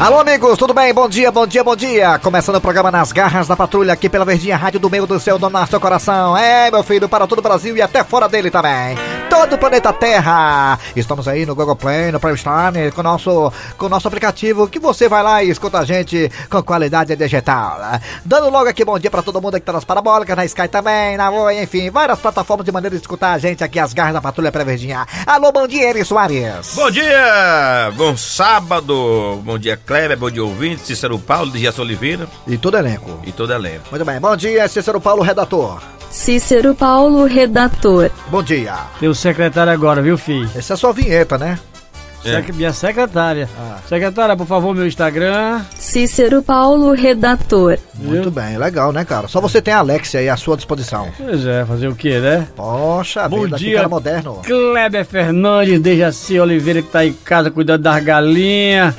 Alô, amigos, tudo bem? Bom dia, bom dia, bom dia. Começando o programa Nas Garras da Patrulha, aqui pela Verdinha Rádio do Meio do Céu, donar seu coração. É, meu filho, para todo o Brasil e até fora dele também. Todo o planeta Terra. Estamos aí no Google Play, no Play Store, né, com o nosso, com o nosso aplicativo, que você vai lá e escuta a gente com qualidade digital. Dando logo aqui bom dia para todo mundo que tá nas parabólicas, na Sky também, na Oi, enfim, várias plataformas de maneira de escutar a gente aqui, As Garras da Patrulha pela Verdinha. Alô, bom dia, Eri Soares. Bom dia, bom sábado, bom dia Kleber, bom dia ouvinte, Cícero Paulo, de Gerson Oliveira E todo elenco. e toda a lenda. Muito bem, bom dia, Cícero Paulo, redator. Cícero Paulo, redator. Bom dia. Meu secretário agora, viu, filho? Essa é a sua vinheta, né? Sec- Minha secretária. Ah. Secretária, por favor, meu Instagram. Cícero Paulo, redator. Muito bem, legal, né, cara? Só você tem a Alexia aí à sua disposição. Pois é, fazer o quê, né? Poxa Bom vida, que dia. cara tá moderno. Kleber Fernandes, Dejaci Oliveira, que tá em casa cuidando das galinhas.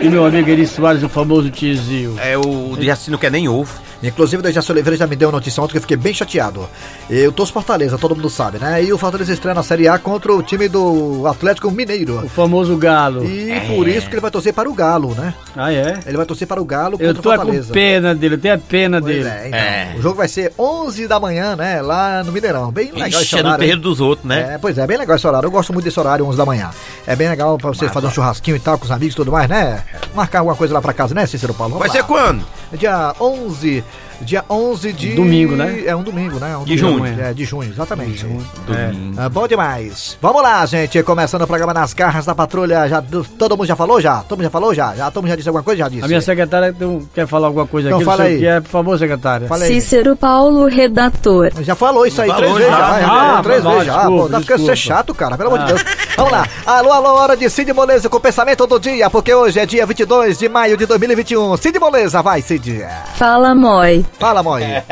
E meu amigo Eri Soares, o famoso tizio. É, o o de Jaci não quer nem ovo. Inclusive, o Dejaci Oliveira já me deu uma notícia ontem que eu fiquei bem chateado. Eu torço Fortaleza, todo mundo sabe, né? E o Fortaleza estreia na Série A contra o time do Atlético O Mineiro. famoso galo. E por isso que ele vai torcer para o Galo, né? Ah, é? Ele vai torcer para o Galo Eu contra o tô é com Fortaleza. pena dele, eu tenho a pena Pois dele. é, então. É. O jogo vai ser 11 da manhã, né? Lá no Mineirão. Bem legal esse Ixi, é um no horário, hein? terreiro dos outros, né? É, pois é, bem legal esse horário. Eu gosto muito desse horário, 11 da manhã. É bem legal pra você fazer um churrasquinho e tal, com os amigos e tudo mais, né? Marcar alguma coisa lá pra casa, né, Cícero Paulo? É. Vai Vamos ser lá. É, quando? Dia 11, dia 11 de... Domingo, né? É um domingo, né? Um De domingo. junho. É, de junho, exatamente. Domingo. Ah, bom demais. Vamos lá, gente. Começando o programa Nas Garras da Patrulha. Já, do- todo mundo já falou? Já? Todo mundo já falou? Já? já todo mundo já disse alguma coisa? Já disse. A minha secretária tem- um, quer falar alguma coisa Então aqui, não fala sei aí. o que é, por favor, secretária. Fala aí. Cícero Paulo, redator. Já falou isso aí Falou três vezes já. já. já Ah, falou três falou, vezes já. desculpa, Pô, tá ficando ser desculpa. chato, cara. Pelo amor Ah. de Deus. Vamos lá. Alô, alô, hora de Cid Moleza com o pensamento do dia, porque hoje é dia 22 de maio de 2021. Cid Moleza, vai, Cid. Fala, Moi. Fala, mãe.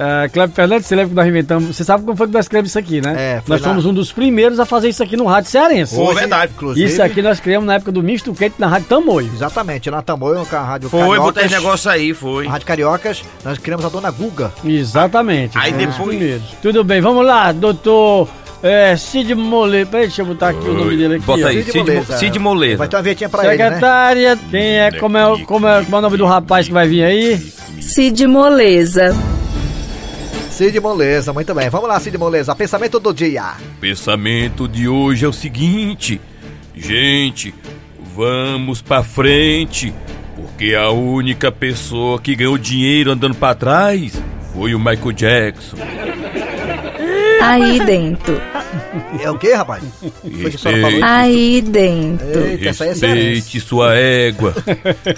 É, Cleber Fernandes, você lembra que nós inventamos? Você sabe como foi que nós criamos isso aqui, né? É, foi nós lá. fomos um dos primeiros a fazer isso aqui no rádio cearense. Foi verdade. inclusive. Isso aqui nós criamos na época do misto quente na rádio Tamoio. Exatamente. Na Tamoio, com a Rádio Foi, Cariocas. botar esse negócio aí, foi. a Rádio Cariocas, nós criamos a Dona Guga. Exatamente. Aí fomos os depois- primeiros. Tudo bem, vamos lá, doutor é, Cid Mole. Peraí, deixa eu botar aqui o nome dele aqui. Bota ó. aí, Cid, Mo- Cid Vai Moleza. ter uma vietinha pra ele, né? Secretária, quem é como, é, como é, como é o nome do rapaz que vai vir aí? Cid Moleza. Cid Moleza, muito bem. Vamos lá, Cid Moleza. Pensamento do dia. Pensamento de hoje é o seguinte: gente, vamos pra frente, porque a única pessoa que ganhou dinheiro andando pra trás foi o Michael Jackson. Aí dentro. É o quê, rapaz? Foi que a senhora falou? Aí dentro. Eita, essa aí é excelente. Respeite sua égua.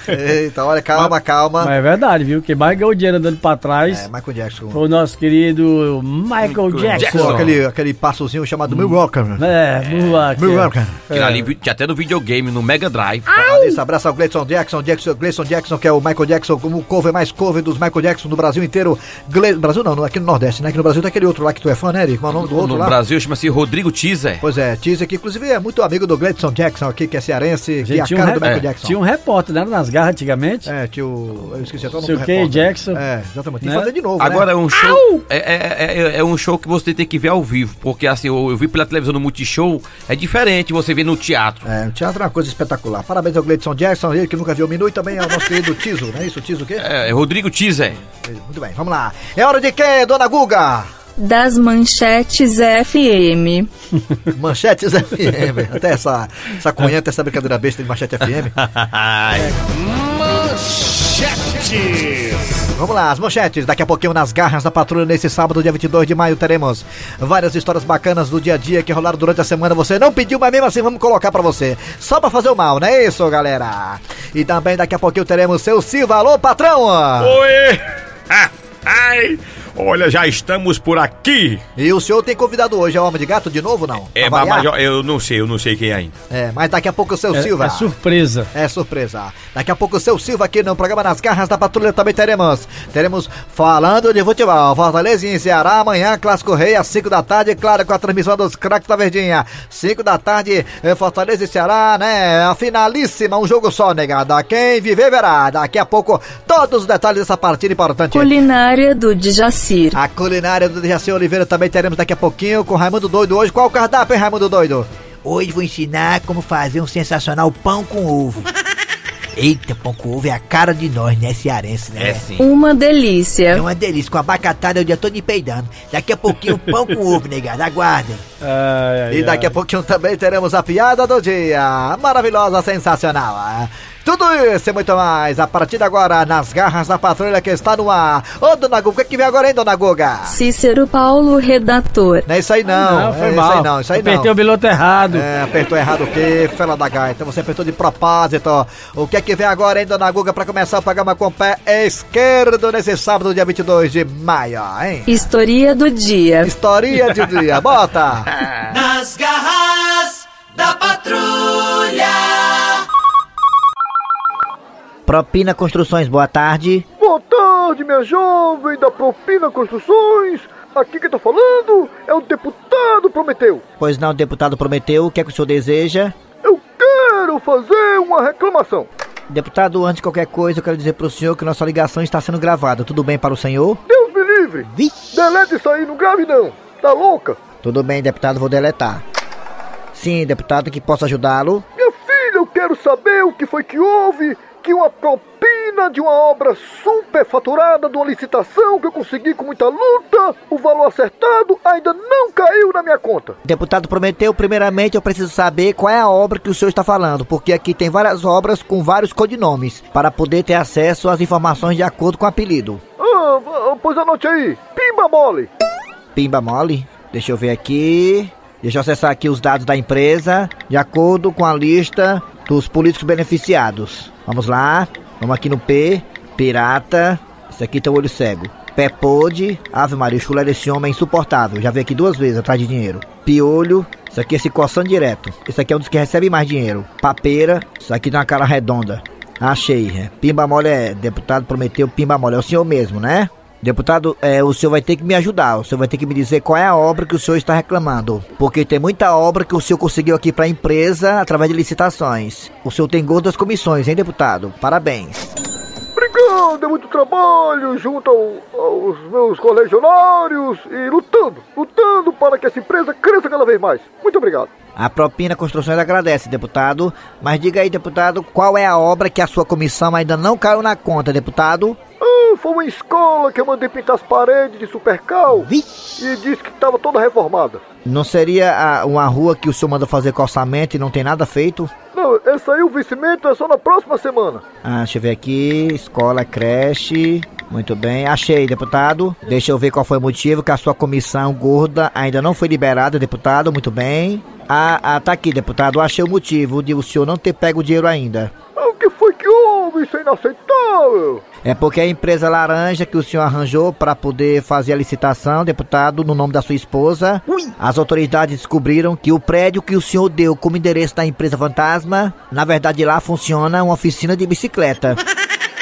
Eita, olha, calma, calma. Mas é verdade, viu? Quem mais ganhou dinheiro andando pra Ah. É, trás Michael Jackson. foi o nosso querido Michael, Michael Pô, Jackson. Jackson. aquele, É, aquele passozinho chamado Milwaukee. né? É, Milwaukee. Milwaukee. Aquilo ali vi- tinha até no videogame, no Mega Drive. Fala nisso, Abraça ao Gleison Jackson, Jackson, Gleison Jackson, que é o Michael Jackson, como o cover mais cover dos Michael Jackson do Brasil inteiro. Gle... Brasil não, não, aqui no Nordeste, né? Aqui no Brasil tem aquele outro lá que tu é fã, né, Eric? Mas o nome do outro No lá. Brasil chama-se Rodrigo Teaser. Pois é, Tiz aqui, inclusive é muito amigo do Gleison Jackson aqui, que é cearense, que é a tinha um cara re- do Michael é, Jackson. Tinha um repórter, né? Nas garras antigamente. É, tio. Eu esqueci até o nome Seu do Kay repórter. Jackson. É, exatamente. Tem que Né? fazer de novo. Agora né? é um show. É, é- é- é um show que você tem que ver ao vivo. Porque assim, eu, eu vi pela televisão no Multishow, é diferente você ver no teatro. É, o teatro é uma coisa espetacular. Parabéns ao Gleison Jackson, ele que nunca viu o Minu e também ao nosso querido Tizo, não é isso? Tizo o quê? É, é Rodrigo Teaser. Muito bem, vamos lá. É hora de quê, dona Guga? Das manchetes FM. Manchetes FM. Até essa, essa cunheta, essa brincadeira besta de Manchete FM. Vamos lá, as manchetes. Daqui a pouquinho, nas garras da patrulha, nesse sábado, dia 22 de maio, teremos várias histórias bacanas do dia a dia que rolaram durante a semana. Você não pediu, mas mesmo assim, vamos colocar pra você. Só pra fazer o mal, não é isso, galera? E também, daqui a pouquinho, teremos seu Silva. Alô, patrão! Oi! Ah, Ai! Olha, já estamos por aqui. E o senhor tem convidado hoje, é o Homem de Gato de novo, não? É, Pra variar? babajó, eu não sei, eu não sei quem ainda. É, mas daqui a pouco o seu É, Silva. é surpresa. É surpresa. Daqui a pouco o seu Silva aqui no programa Nas Garras da Patrulha também teremos. Teremos falando de futebol. Fortaleza e Ceará amanhã, Clássico Rei às 5 da tarde, claro, com a transmissão dos craques da Verdinha. 5 da tarde, eh, Fortaleza e Ceará, né? A finalíssima, um jogo só, negada. Quem viver verá. Daqui a pouco todos os detalhes dessa partida importante. Culinária do Djacir. A culinária do Jaci Oliveira também teremos daqui a pouquinho com Raimundo Doido hoje. Qual o cardápio, hein, Raimundo Doido? Hoje vou ensinar como fazer um sensacional pão com ovo. Eita, pão com ovo é a cara de nós, né, cearense, né? É sim. Uma É delícia. uma delícia, com a abacatada eu já tô de peidando. Daqui a pouquinho pão com ovo, negado, aguardem. Ai, É, ai, E daqui a ai. pouquinho também teremos a piada do dia. Maravilhosa, sensacional. ah. Tudo isso e muito mais a partir de agora nas garras da patrulha que está no ar. Ô, dona Guga, o que, que vem agora, hein, dona Guga? Cícero Paulo, redator. Não é isso aí não. Não, foi é mal. isso aí não, isso aí não. Apertei o piloto errado. É, apertou errado o quê? Fela da gaita, você apertou de propósito. O que é que vem agora, hein, dona Guga, pra começar o programa com o pé esquerdo nesse sábado, dia 22 de maio, hein? Historia do dia. Historinha de dia, bota! Nas garras da patrulha. Propina Construções, boa tarde. Boa tarde, minha jovem da Propina Construções. Aqui quem tá falando é o deputado Prometeu. Pois não, deputado Prometeu, o que é que o senhor deseja? Eu quero fazer uma reclamação. Deputado, antes de qualquer coisa, eu quero dizer pro senhor que nossa ligação está sendo gravada. Tudo bem para o senhor? Deus me livre. Delete isso aí, não grave não. Tá louca? Tudo bem, deputado, vou deletar. Sim, deputado, que posso ajudá-lo? Minha filha, eu quero saber o que foi que houve que uma propina de uma obra superfaturada de uma licitação que eu consegui com muita luta, o valor acertado ainda não caiu na minha conta. Deputado Prometeu, primeiramente eu preciso saber qual é a obra que o senhor está falando, porque aqui tem várias obras com vários codinomes, para poder ter acesso às informações de acordo com o apelido. Ah, v- pois anote aí. Pimba mole. Pimba mole? Deixa eu ver aqui. Deixa eu acessar aqui os dados da empresa, de acordo com a lista dos políticos beneficiados. Vamos lá, vamos aqui no P, pirata. Esse aqui tem o olho cego. Pé podre, ave maria, o chulé desse homem é insuportável. Já veio aqui duas vezes atrás de dinheiro. Piolho, isso aqui é se coçando direto. Esse aqui é um dos que recebe mais dinheiro. Papeira, isso aqui tem uma cara redonda. Achei. é. Pimba mole é. Deputado prometeu pimba mole. É o senhor mesmo, né? Deputado, é, o senhor vai ter que me ajudar. O senhor vai ter que me dizer qual é a obra que o senhor está reclamando. Porque tem muita obra que o senhor conseguiu aqui para a empresa através de licitações. O senhor tem gordo das comissões, hein, deputado? Parabéns. Obrigado, é muito trabalho junto ao- aos meus colegionários e lutando, lutando para que essa empresa cresça cada vez mais. Muito obrigado. A propina Construções agradece, deputado. Mas diga aí, deputado, qual é a obra que a sua comissão ainda não caiu na conta, deputado? Ah, foi uma escola que eu mandei pintar as paredes de supercal e disse que estava toda reformada. Não seria ah, uma rua que o senhor manda fazer calçamento e não tem nada feito? Não, essa aí o vencimento é só na próxima semana. Ah, deixa eu ver aqui. Escola, creche. Muito bem. Achei, deputado. Deixa eu ver qual foi o motivo que a sua comissão gorda ainda não foi liberada, deputado. Muito bem. Ah, ah tá aqui, deputado. Achei o motivo de o senhor não ter pego o dinheiro ainda. Ah, O que foi que houve? Isso é inaceitável. É porque a empresa laranja que o senhor arranjou para poder fazer a licitação, deputado, no nome da sua esposa, as autoridades descobriram que o prédio que o senhor deu como endereço da empresa fantasma, na verdade lá funciona uma oficina de bicicleta.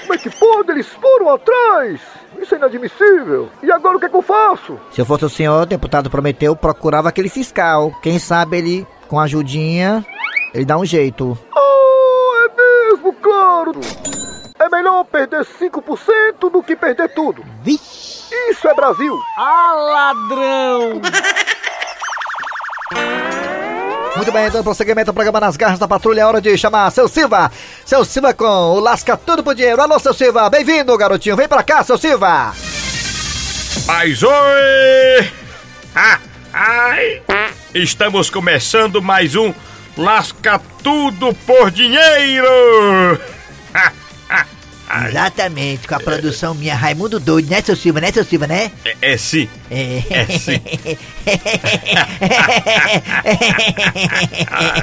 Como é que pode? Eles foram atrás. Isso é inadmissível. E agora o que é que eu faço? Se eu fosse o senhor, o deputado Prometeu procurava aquele fiscal. Quem sabe ele, com ajudinha, ele dá um jeito. Oh, é mesmo, claro! É melhor perder 5% do que perder tudo. Isso é Brasil! Ah, ladrão! Muito bem, dando prosseguimento ao programa Nas Garras da Patrulha, é hora de chamar seu Silva. Seu Silva com o Lasca Tudo por Dinheiro. Alô, seu Silva, bem-vindo, garotinho. Vem pra cá, seu Silva. Mas oi! Ha, ai! Estamos começando mais um Lasca Tudo por Dinheiro! Ah, Ha, ha. Exatamente, com a produção minha, Raimundo Doido, né, seu Silva, né, seu Silva, né? É, é sim, É. é sim.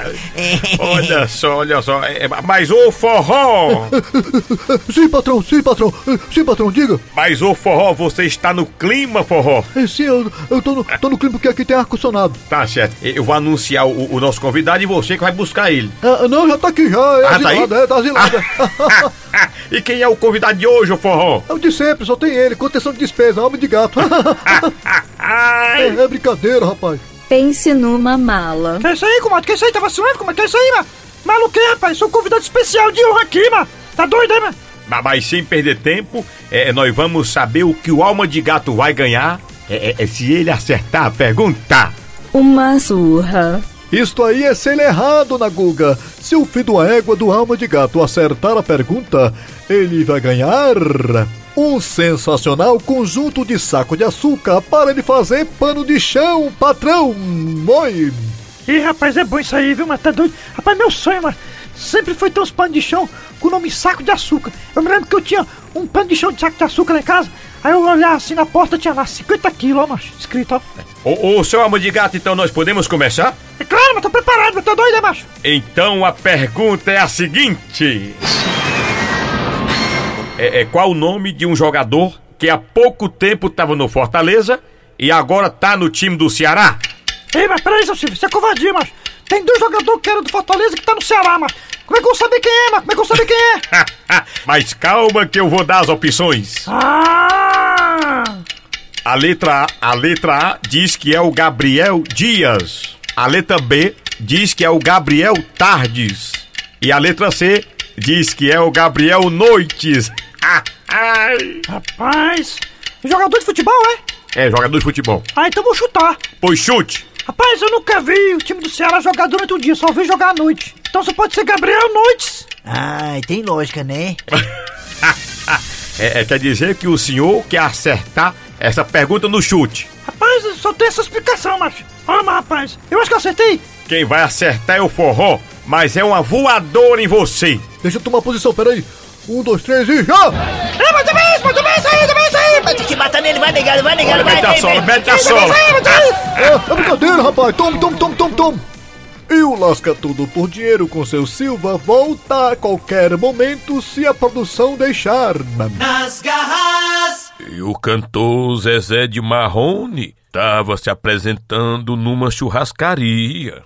Olha só, olha só. É, mas o forró! Sim, patrão, sim, patrão, Eh, sim, patrão, diga. Mas o forró, você está no clima, forró? Eh, Sim, eu, eu tô, no, tô no clima porque aqui tem ar-condicionado. Tá certo. Eu vou anunciar o, o nosso convidado e você que vai buscar ele. Ah, não, já tá aqui, já, é Ah, tá aí? asilado, é, tá asilado. Ah, ah, e quem é o convidado de hoje, o forró? É o de sempre, só tem ele, contenção de despesa, homem de gato. Ah, é, ai! é brincadeira, rapaz. Pense numa mala. Que é isso aí, comadre? Que é isso aí? Tá vacilando, comadre? Que é isso aí, mano? Maluquei, rapaz? Sou convidado especial de honra aqui, mano. Tá doido, hein, mano? Mas, mas sem perder tempo, é, nós vamos saber o que o Alma de Gato vai ganhar é, é, é, se ele acertar a pergunta. Uma surra. Isto aí é ser errado, Naguga. Se o filho da égua do alma de gato acertar a pergunta, ele vai ganhar um sensacional conjunto de saco de açúcar para ele fazer pano de chão, patrão. Moi. Ih, rapaz, é bom isso aí, viu, mas tá doido? Rapaz, meu sonho, mano, sempre foi ter uns panos de chão com o nome saco de açúcar. Eu me lembro que eu tinha um pano de chão de saco de açúcar lá em casa, aí eu olhava assim na porta, tinha lá 50 quilos, ó, macho, escrito, ó. Ô, ô, seu alma de gato, então nós podemos começar? É claro, mas tô preparado, mas tá doido, né, macho? Então a pergunta é a seguinte: é, é qual o nome de um jogador que há pouco tempo estava no Fortaleza e agora tá no time do Ceará? Ei, mas peraí, seu Silvio, isso é covardia, macho. Tem dois jogadores que eram do Fortaleza que tá no Ceará, macho. Como é que eu vou saber quem é, macho? Como é que eu vou saber quem é? Mas calma que eu vou dar as opções. Ah! A letra A, a letra A diz que é o Gabriel Dias. A letra B diz que é o Gabriel Tardes. E a letra C diz que é o Gabriel Noites. Ah, Ai. Rapaz, jogador de futebol, é? é jogador de futebol. Ah, então vou chutar. Pois chute. Rapaz, eu nunca vi o time do Ceará jogar durante o dia, só vi jogar à noite. Então só pode ser Gabriel Noites. Ai, tem lógica, né? É, é, quer dizer que o senhor quer acertar essa pergunta no chute. Rapaz, só tem essa explicação, macho. Olha, mas rapaz, eu acho que eu acertei. Quem vai acertar é o forró, mas é uma voadora em você. Deixa eu tomar posição, peraí. Um, dois, três e já! É, mas também isso, mas também isso aí, também isso aí. Tem que bater nele, vai negado, vai negado, vai, Mete a vai, sola, vai. mete a sola. É, é brincadeira, rapaz. Tome, tome, tome, tome, tome. E o Lasca Tudo por Dinheiro com seu Silva volta a qualquer momento se a produção deixar. Nas garras, E o cantor Zezé de Marrone estava se apresentando numa churrascaria.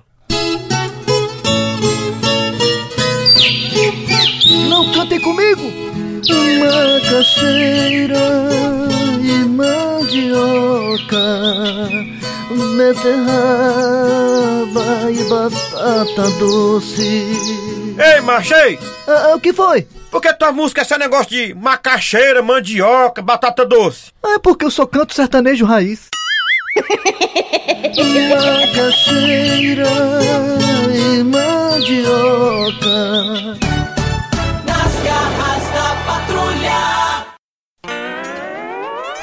Não cantem comigo! Macaxeira e mandioca, beterraba e batata doce. Ei, machei! Ah, ah, o que foi? Por que tua música é esse negócio de macaxeira, mandioca, batata doce? Ah, É porque eu só canto sertanejo raiz. Macaxeira e mandioca. nas garras da patrulha.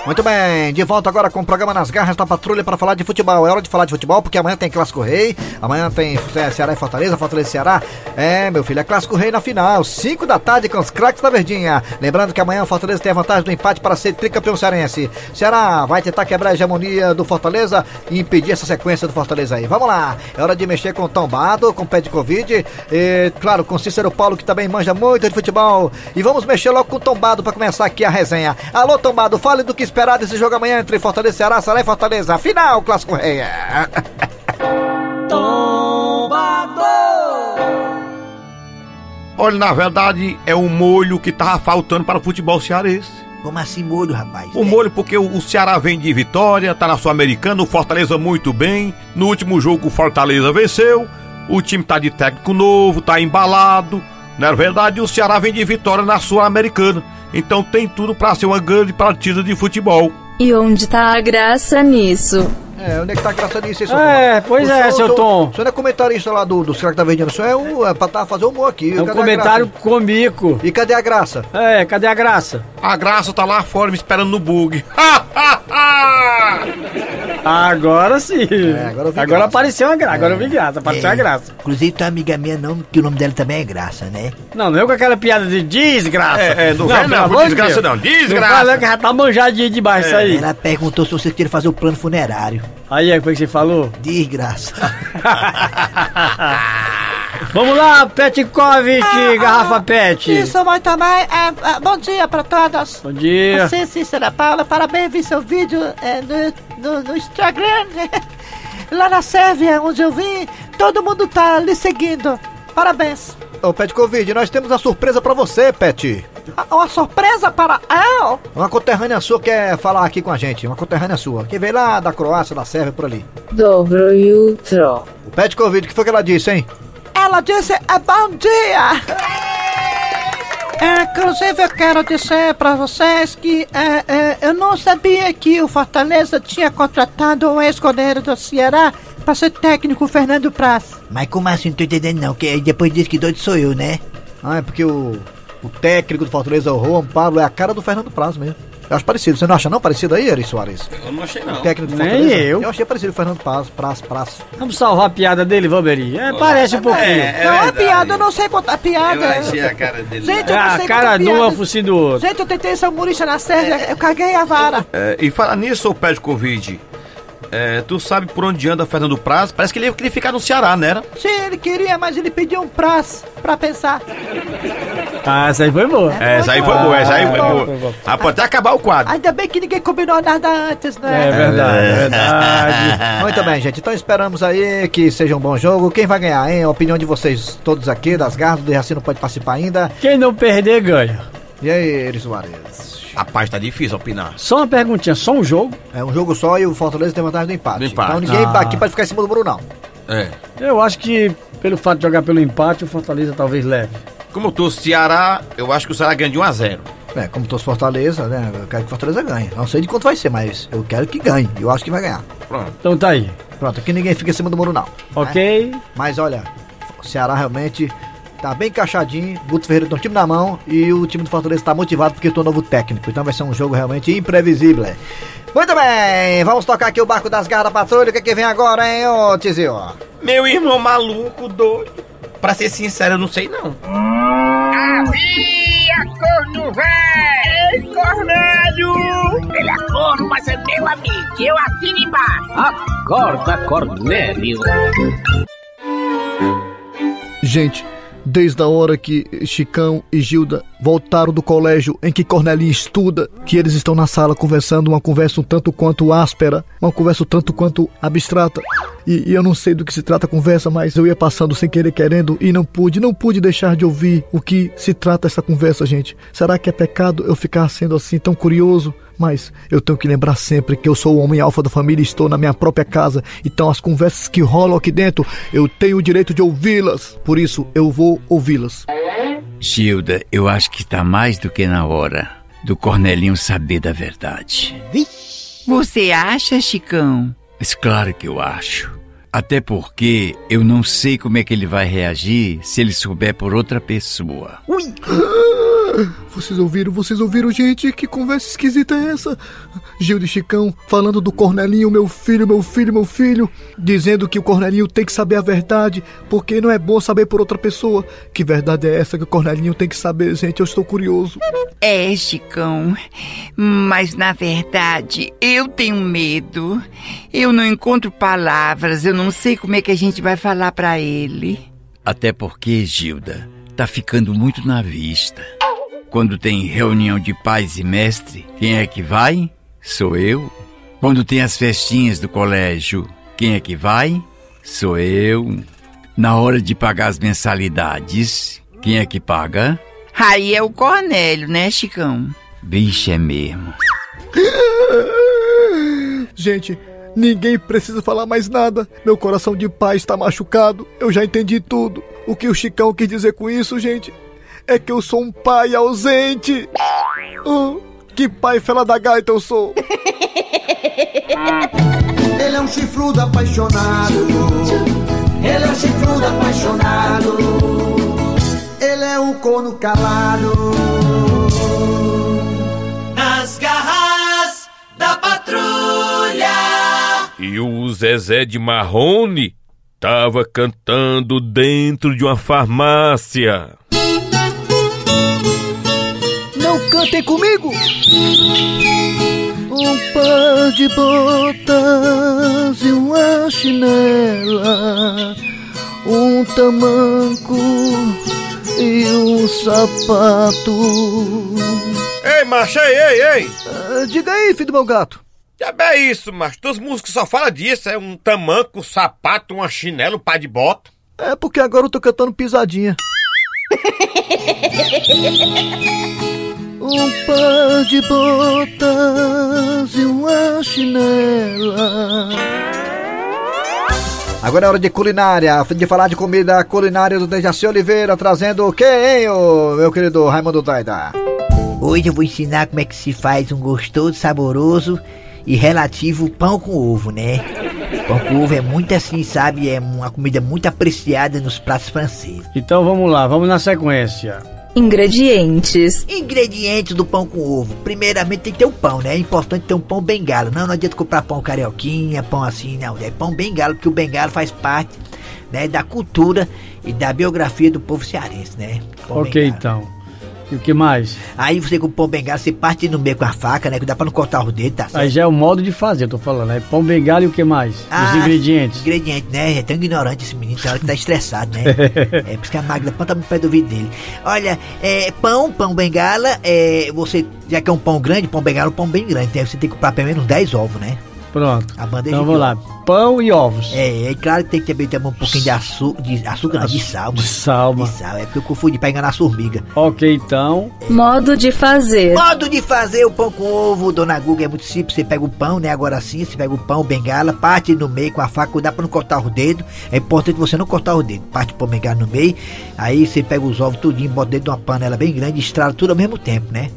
Muito bem, de volta agora com o programa Nas Garras da Patrulha para falar de futebol. É hora de falar de futebol porque amanhã tem Clássico Rei, amanhã tem é, Ceará e Fortaleza, Fortaleza e Ceará. É, meu filho, é Clássico Rei na final, 5 da tarde com os craques da Verdinha. Lembrando que amanhã o Fortaleza tem a vantagem do empate para ser tricampeão cearense. Ceará vai tentar quebrar a hegemonia do Fortaleza e impedir essa sequência do Fortaleza aí. Vamos lá, é hora de mexer com o tombado, com o pé de Covid, e, claro, com Cícero Paulo que também manja muito de futebol. E vamos mexer logo com o tombado para começar aqui a resenha. Alô, tombado, fale do que esperar desse jogo amanhã entre Fortaleza e Ceará, Ceará e Fortaleza. Final, Clássico Rei. Olha, na verdade, é o molho que tava faltando para o futebol cearense. Como assim molho, rapaz? O molho porque o o Ceará vem de vitória, tá na Sul-Americana, o Fortaleza muito bem. No último jogo o Fortaleza venceu, o time tá de técnico novo, tá embalado. Na verdade, o Ceará vem de vitória na Sul-Americana. Então tem tudo pra ser uma grande partida de futebol. E onde tá a graça nisso? É, onde é que tá a graça disso, hein, seu É, Tom? pois O é, senhor- seu o senhor- Tom. O senhor não é comentarista lá do, do Será que tá vendendo? O senhor é, o, é pra tá, fazer humor aqui. É um Cadê a comentário graça? comico. E cadê a graça? É, cadê a graça? A graça tá lá fora me esperando no bug. Agora sim. É, agora eu vi agora graça. É. apareceu a graça. Agora eu vi graça. Apareceu a é graça. Inclusive, tem uma amiga minha, não, que o nome dela também é Graça, né? Não, não é com aquela piada de desgraça. É, é, não vem pelo não, com amor de desgraça Deus. não, desgraça. É. Não fala que já tá manjadinha demais isso aí. Ela perguntou se você queria fazer o plano funerário. Aí é o que você falou? Desgraça. Vamos lá, Petkovic, garrafa Pet. Ah, Isso, mas também, é, é, bom dia pra todos. Bom dia. Sim, Cícera Paula, parabéns, vi seu vídeo é, no, no- no Instagram. Lá na Sérvia, onde eu vim, todo mundo tá lhe seguindo. Parabéns. Ô, É Pet Covid, nós temos uma surpresa pra você, Pet. Ah, Uma surpresa para eu? Uma conterrânea sua quer falar aqui com a gente. Uma conterrânea sua. Que veio lá da Croácia, da Sérvia, por ali. Dobro jutro. O Pet Covid, o que foi que ela disse, hein? Ela disse é bom dia. É, inclusive eu quero dizer pra vocês que é, é, eu não sabia que o Fortaleza tinha contratado um ex-goleiro do Ceará pra ser técnico Fernando Praz. Mas como assim? Não tô entendendo não, que aí depois diz que doido sou eu, né? Ah, é porque o, o técnico do Fortaleza, o Juan Pablo, é a cara do Fernando Prazo mesmo. Eu acho parecido. Você não acha não parecido aí, Eri Soares? Eu não achei O não. técnico do Nem Fortaleza? eu. Eu achei parecido com o Fernando Prazo, Prazo, Prazo. Vamos salvar a piada dele, Vamberi? É, parece um pouquinho. É, não, é piada, eu não sei contar piada. a cara dele. Gente, eu não É, a sei contar cara nua, piada. focinho do outro. Gente, eu tentei ser humorista na Sérvia, eu caguei a vara. É, e falar nisso, ô pé de Covid. é, tu sabe por onde anda Fernando Prazo? Parece que ele queria ficar no Ceará, né? era? Sim, ele queria, mas ele pediu um prazo pra pensar. Ah, essa aí foi boa. É, essa aí Ah, foi boa, essa aí foi tá. boa. Ah, pode até acabar o quadro. Ainda bem que ninguém combinou nada antes, É né? verdade, é verdade. Muito bem, gente. Então esperamos aí que seja um bom jogo. Quem vai ganhar, hein? A opinião de vocês todos aqui, das garras, do Derraci não pode participar ainda. Quem não perder, ganha. E aí, Eri Soares? Rapaz, tá difícil opinar. Só uma perguntinha, só um jogo? É um jogo só e o Fortaleza tem vantagem do empate. Do empate. Então ninguém Ah. aqui pode ficar em cima do muro, não. É. Eu acho que, pelo fato de jogar pelo empate, o Fortaleza talvez leve. Como eu tô Ceará, eu acho que o Ceará ganha um de 1x0. É, como torço Fortaleza, né? Eu quero que o Fortaleza ganhe. Não sei de quanto vai ser, mas eu quero que ganhe. Eu acho que vai ganhar. Pronto. Então tá aí, Pronto, aqui ninguém fica em cima do muro, não. É. ok? Mas olha, o Ceará realmente tá bem encaixadinho. Guto Ferreira tem um time na mão e o time do Fortaleza tá motivado porque tem um novo técnico. Então vai ser um jogo realmente imprevisível. Muito bem, vamos tocar aqui o barco das garras da patrulha. O que, que vem agora, hein, ô Tizio? Meu irmão maluco, doido. Pra ser sincero, eu não sei não. Havia corno velho! Ei, Cornélio! Ele é corno, mas é meu amigo. Eu assino embaixo. Acorda, Cornélio. Gente, desde a hora que Chicão e Gilda voltaram do colégio em que Cornelinha estuda, que eles estão na sala conversando uma conversa um tanto quanto áspera, uma conversa um tanto quanto abstrata. E, e eu não sei do que se trata a conversa, mas eu ia passando sem querer querendo e não pude, não pude deixar de ouvir o que se trata essa conversa, gente. Será que é pecado eu ficar sendo assim tão curioso? Mas eu tenho que lembrar sempre que eu sou o homem alfa da família e estou na minha própria casa. Então as conversas que rolam aqui dentro, eu tenho o direito de ouvi-las. Por isso, eu vou ouvi-las. Gilda, eu acho que está mais do que na hora do Cornelinho saber da verdade. Você acha, Chicão? Mas claro que eu acho. Até porque eu não sei como é que ele vai reagir se ele souber por outra pessoa. Vocês ouviram, vocês ouviram, gente? Que conversa esquisita é essa? Gil de Chicão falando do Cornelinho, meu filho, meu filho, meu filho, dizendo que o Cornelinho tem que saber a verdade, porque não é bom saber por outra pessoa. Que verdade é essa que o Cornelinho tem que saber, gente? Eu estou curioso. É, Chicão, mas na verdade eu tenho medo. Eu não encontro palavras, eu não sei como é que a gente vai falar para ele. Até porque, Gilda, tá ficando muito na vista. Quando tem reunião de pais e mestre, quem é que vai? Sou eu. Quando tem as festinhas do colégio, quem é que vai? Sou eu. Na hora de pagar as mensalidades, quem é que paga? Aí é o Cornélio, né, Chicão? Bicho é mesmo. Gente, ninguém precisa falar mais nada. Meu coração de pai está machucado. Eu já entendi tudo. O que o Chicão quis dizer com isso, gente, é que eu sou um pai ausente. Ah, que pai fela da gaita eu sou. Ele é um chifrudo apaixonado. Ele é um chifrudo apaixonado. Ele é um corno calado. Nas garras da patrulha. E o Zezé de Marrone tava cantando dentro de uma farmácia. Não cantem comigo! Um par de botas e uma chinela, um tamanco e um sapato. Ei, macho, ei, ei, ei. Ah, diga aí, filho do meu gato. Já é isso, macho. Tuas músicas só falam disso. É um tamanco, um sapato, uma chinela, um par de bota. É porque agora eu tô cantando pisadinha. um par de botas e uma chinela. Agora é hora de culinária, de falar de comida culinária do Dejaci Oliveira, trazendo o que, hein, ô, meu querido Raimundo Taida? Hoje eu vou ensinar como é que se faz um gostoso, saboroso e relativo pão com ovo, né? Porco-ovo é muito assim, sabe? É uma comida muito apreciada nos pratos franceses. Então vamos lá, vamos na sequência. Ingredientes: Ingredientes do pão com ovo. Primeiramente tem que ter o pão, né? É importante ter um pão bengala. Não, não adianta comprar pão carioquinha, pão assim, não. É pão bengala, porque o bengala faz parte né, da cultura e da biografia do povo cearense, né? Pão ok, bengala. então. E o que mais? Aí você com o pão bengala, você parte no meio com a faca, né? Que dá pra não cortar os dedos, tá certo? Aí já é o modo de fazer, eu tô falando. É pão bengala e o que mais? Os Ah, ingredientes. Ingrediente, né? É tão ignorante esse menino, tem hora que tá estressado, né? é por isso que a Magda planta no pé do vidro dele. Olha, é, pão, pão bengala, é, você, já que é um pão grande, pão bengala é um pão bem grande, né? Você tem que comprar pelo menos 10 ovos, né? Pronto. A bandeja Então de vamos lá. Pão e ovos. É, é claro que tem que também ter um pouquinho de açúcar, de açúcar não, de sal. De salma. De sal, é porque eu confundi pra enganar a formiga. Ok, então. Modo de fazer: Modo de fazer o pão com ovo, dona Guga, é muito simples. Você pega o pão, né? Agora sim, você pega o pão, bengala, parte no meio com a faca, dá pra não cortar os dedos. É importante você não cortar os dedos. Parte o pão bengala no meio, aí você pega os ovos tudinho, bota dentro de uma panela bem grande, estrala tudo ao mesmo tempo, né?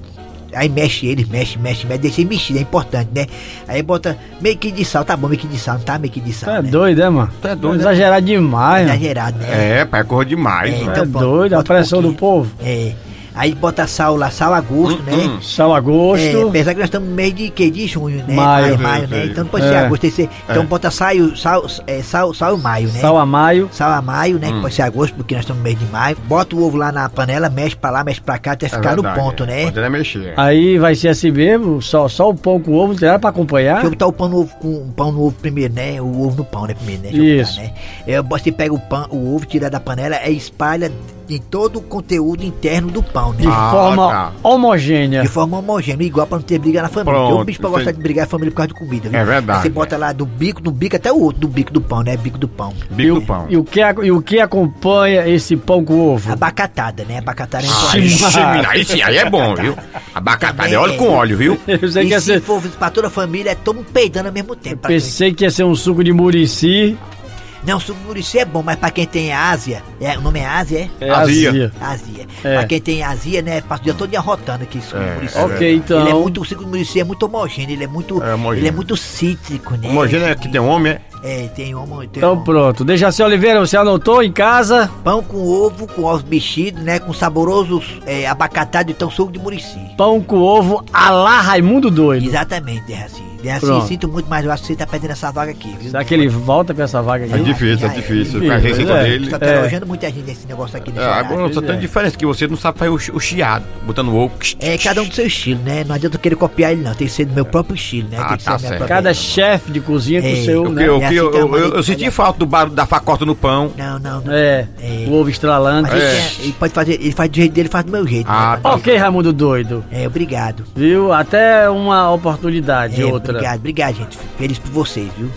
Aí mexe eles, mexe, mexe, mexe, deixa ele mexido, é importante, né? Aí bota meio que de sal, tá bom, meio que de sal, não tá meio que de sal, Tá né? doido, é, mano? Tá doido, Exagerado demais, mano. Exagerado, né? É, pai, corra demais, É, velho. É então, bota- doido, a bota um pressão do povo. É. Aí bota sal lá, sal a Hum, gosto, né? Sal a É, gosto. apesar que nós estamos no mês de que? De junho, né? Maio. maio, né? Então não pode ser É. agosto. tem que ser- Então É. bota sal, sal, é, sal, sal e maio, né? Sal a maio. Sal a maio, né? Hum. Que pode ser agosto, porque nós estamos no mês de maio. Bota o ovo lá na panela, mexe pra lá, mexe pra cá, até ficar no ponto, né? É Pode não é mexer. Aí vai ser assim mesmo, só, só o pão com ovo, não tem nada pra acompanhar. Deixa eu botar o pão no ovo, com, o pão no ovo primeiro, né? O ovo no pão, né? Primeiro, né? Deixa eu Isso. botar, né? É, você pega o, pão, o ovo, tira da panela e espalha em todo o conteúdo interno do pão, né? De Ah, forma tá. homogênea. De forma homogênea, igual pra não ter briga na família. Pronto, Porque o bicho pra gostar entendi. de brigar é a família por causa de comida, viu? É verdade. Aí você bota lá do bico, do bico até o outro, do bico do pão, né? Bico do pão. Bico do pão. E o, que, e o que acompanha esse pão com ovo? Abacatada, né? Abacatada é Ai, importante. xiii, aí sim, aí é bom, viu? Abacatada é óleo com óleo, viu? Eu sei que E ia se ser, for pra toda a família, é todo mundo peidando ao mesmo tempo. Pra pensei que ia ser um suco de murici. quem- Não, sucurici é bom, mas pra quem tem ásia, é, o nome é ásia, é? É Azia. Azia. É. Pra quem tem azia, né? Passa o dia todo dia rotando aqui, sucurici. É Ok, então. Ele é muito, o sucurici é muito homogêneo, ele é muito, É homogêneo. ele é muito cítrico, né? Homogêneo é que tem homem, é? É, tem homo, tem Então homo- pronto. Deixa se Oliveira, você anotou em casa? Pão com ovo, com ovos mexidos, né? Com saboroso é, abacatado e tão suco de murici. Pão com ovo a lá Raimundo Doido. Exatamente, Derraci. Derraci, Pronto. sinto muito, mas eu acho que você tá perdendo essa vaga aqui, viu? Será que ele volta pra essa vaga É aqui? difícil, é ai, difícil. ai, Com a ai, receita é. dele. Tá É. elogiando muita gente nesse negócio aqui, né, É, nesse horário. agora só tem é. a diferença que você não sabe fazer o, chi- o chiado, botando o ovo. É, cada um do seu estilo, né? Não adianta eu querer copiar ele, não. Tem que ser do meu próprio estilo, né? Ah, Tem que ser tá a minha certo. própria- Cada chefe de cozinha com o Ei, seu, Eu, né? eu, É assim eu, que é a eu, eu- maneira eu de senti fazer. falta do barulho da facota no pão. Não, não, não. É, o ovo estralando. Mas ele, É. tem- ele pode fazer, ele faz do jeito dele, faz do meu jeito. Ah, né? tá. Ok, Raimundo Doido. É, obrigado. Viu? Até uma oportunidade, É, outra. Obrigado, obrigado, gente. Feliz por vocês, viu?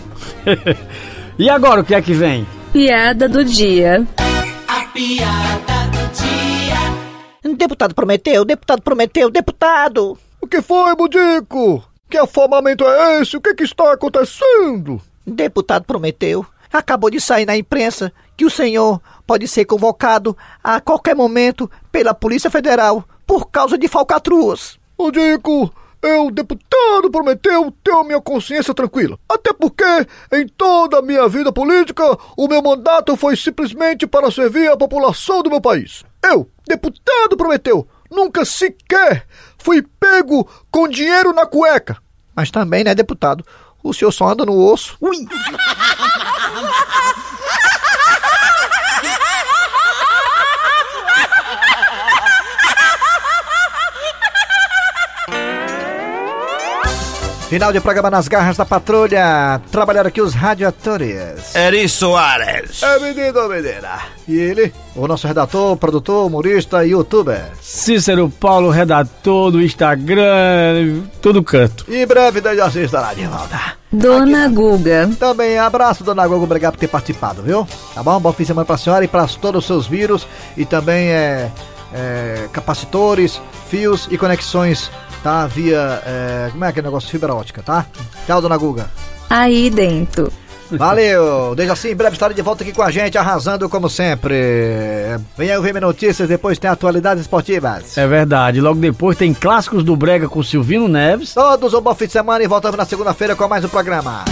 E agora o que é que vem? piada do dia. Deputado prometeu, deputado prometeu, deputado! O que foi, Budico? Que afamamento é esse? O que, que está acontecendo? Deputado Prometeu, acabou de sair na imprensa que o senhor pode ser convocado a qualquer momento pela Polícia Federal por causa de falcatruas. Budico, eu, deputado Prometeu, tenho a minha consciência tranquila. Até porque, em toda a minha vida política, o meu mandato foi simplesmente para servir a população do meu país. Eu, deputado Prometeu, nunca sequer fui pego com dinheiro na cueca. Mas também, né, deputado? O senhor só anda no osso. Ui! Final de programa nas garras da patrulha. Trabalharam aqui os radioatores. Eri Soares. É menino ou menina? E ele, o nosso redator, produtor, humorista e youtuber. Cícero Paulo, redator do Instagram, todo canto. E em breve, Deus Assis estará de volta. Dona Guga. Também abraço, dona Gogo, obrigado por ter participado, viu? Tá bom? Bom fim de semana pra senhora e pra todos os seus vírus e também é, é, capacitores, fios e conexões, tá? Via, é, como é que é o negócio? Fibra ótica, tá? Tchau, dona Guga. Aí dentro. Valeu! Desde assim, em breve estarei de volta aqui com a gente, arrasando como sempre. Venha ouvir minhas notícias, depois tem atualidades esportivas. É verdade. Logo depois tem clássicos do Brega com Silvino Neves. Todos um bom fim de semana e voltamos na segunda-feira com mais um programa.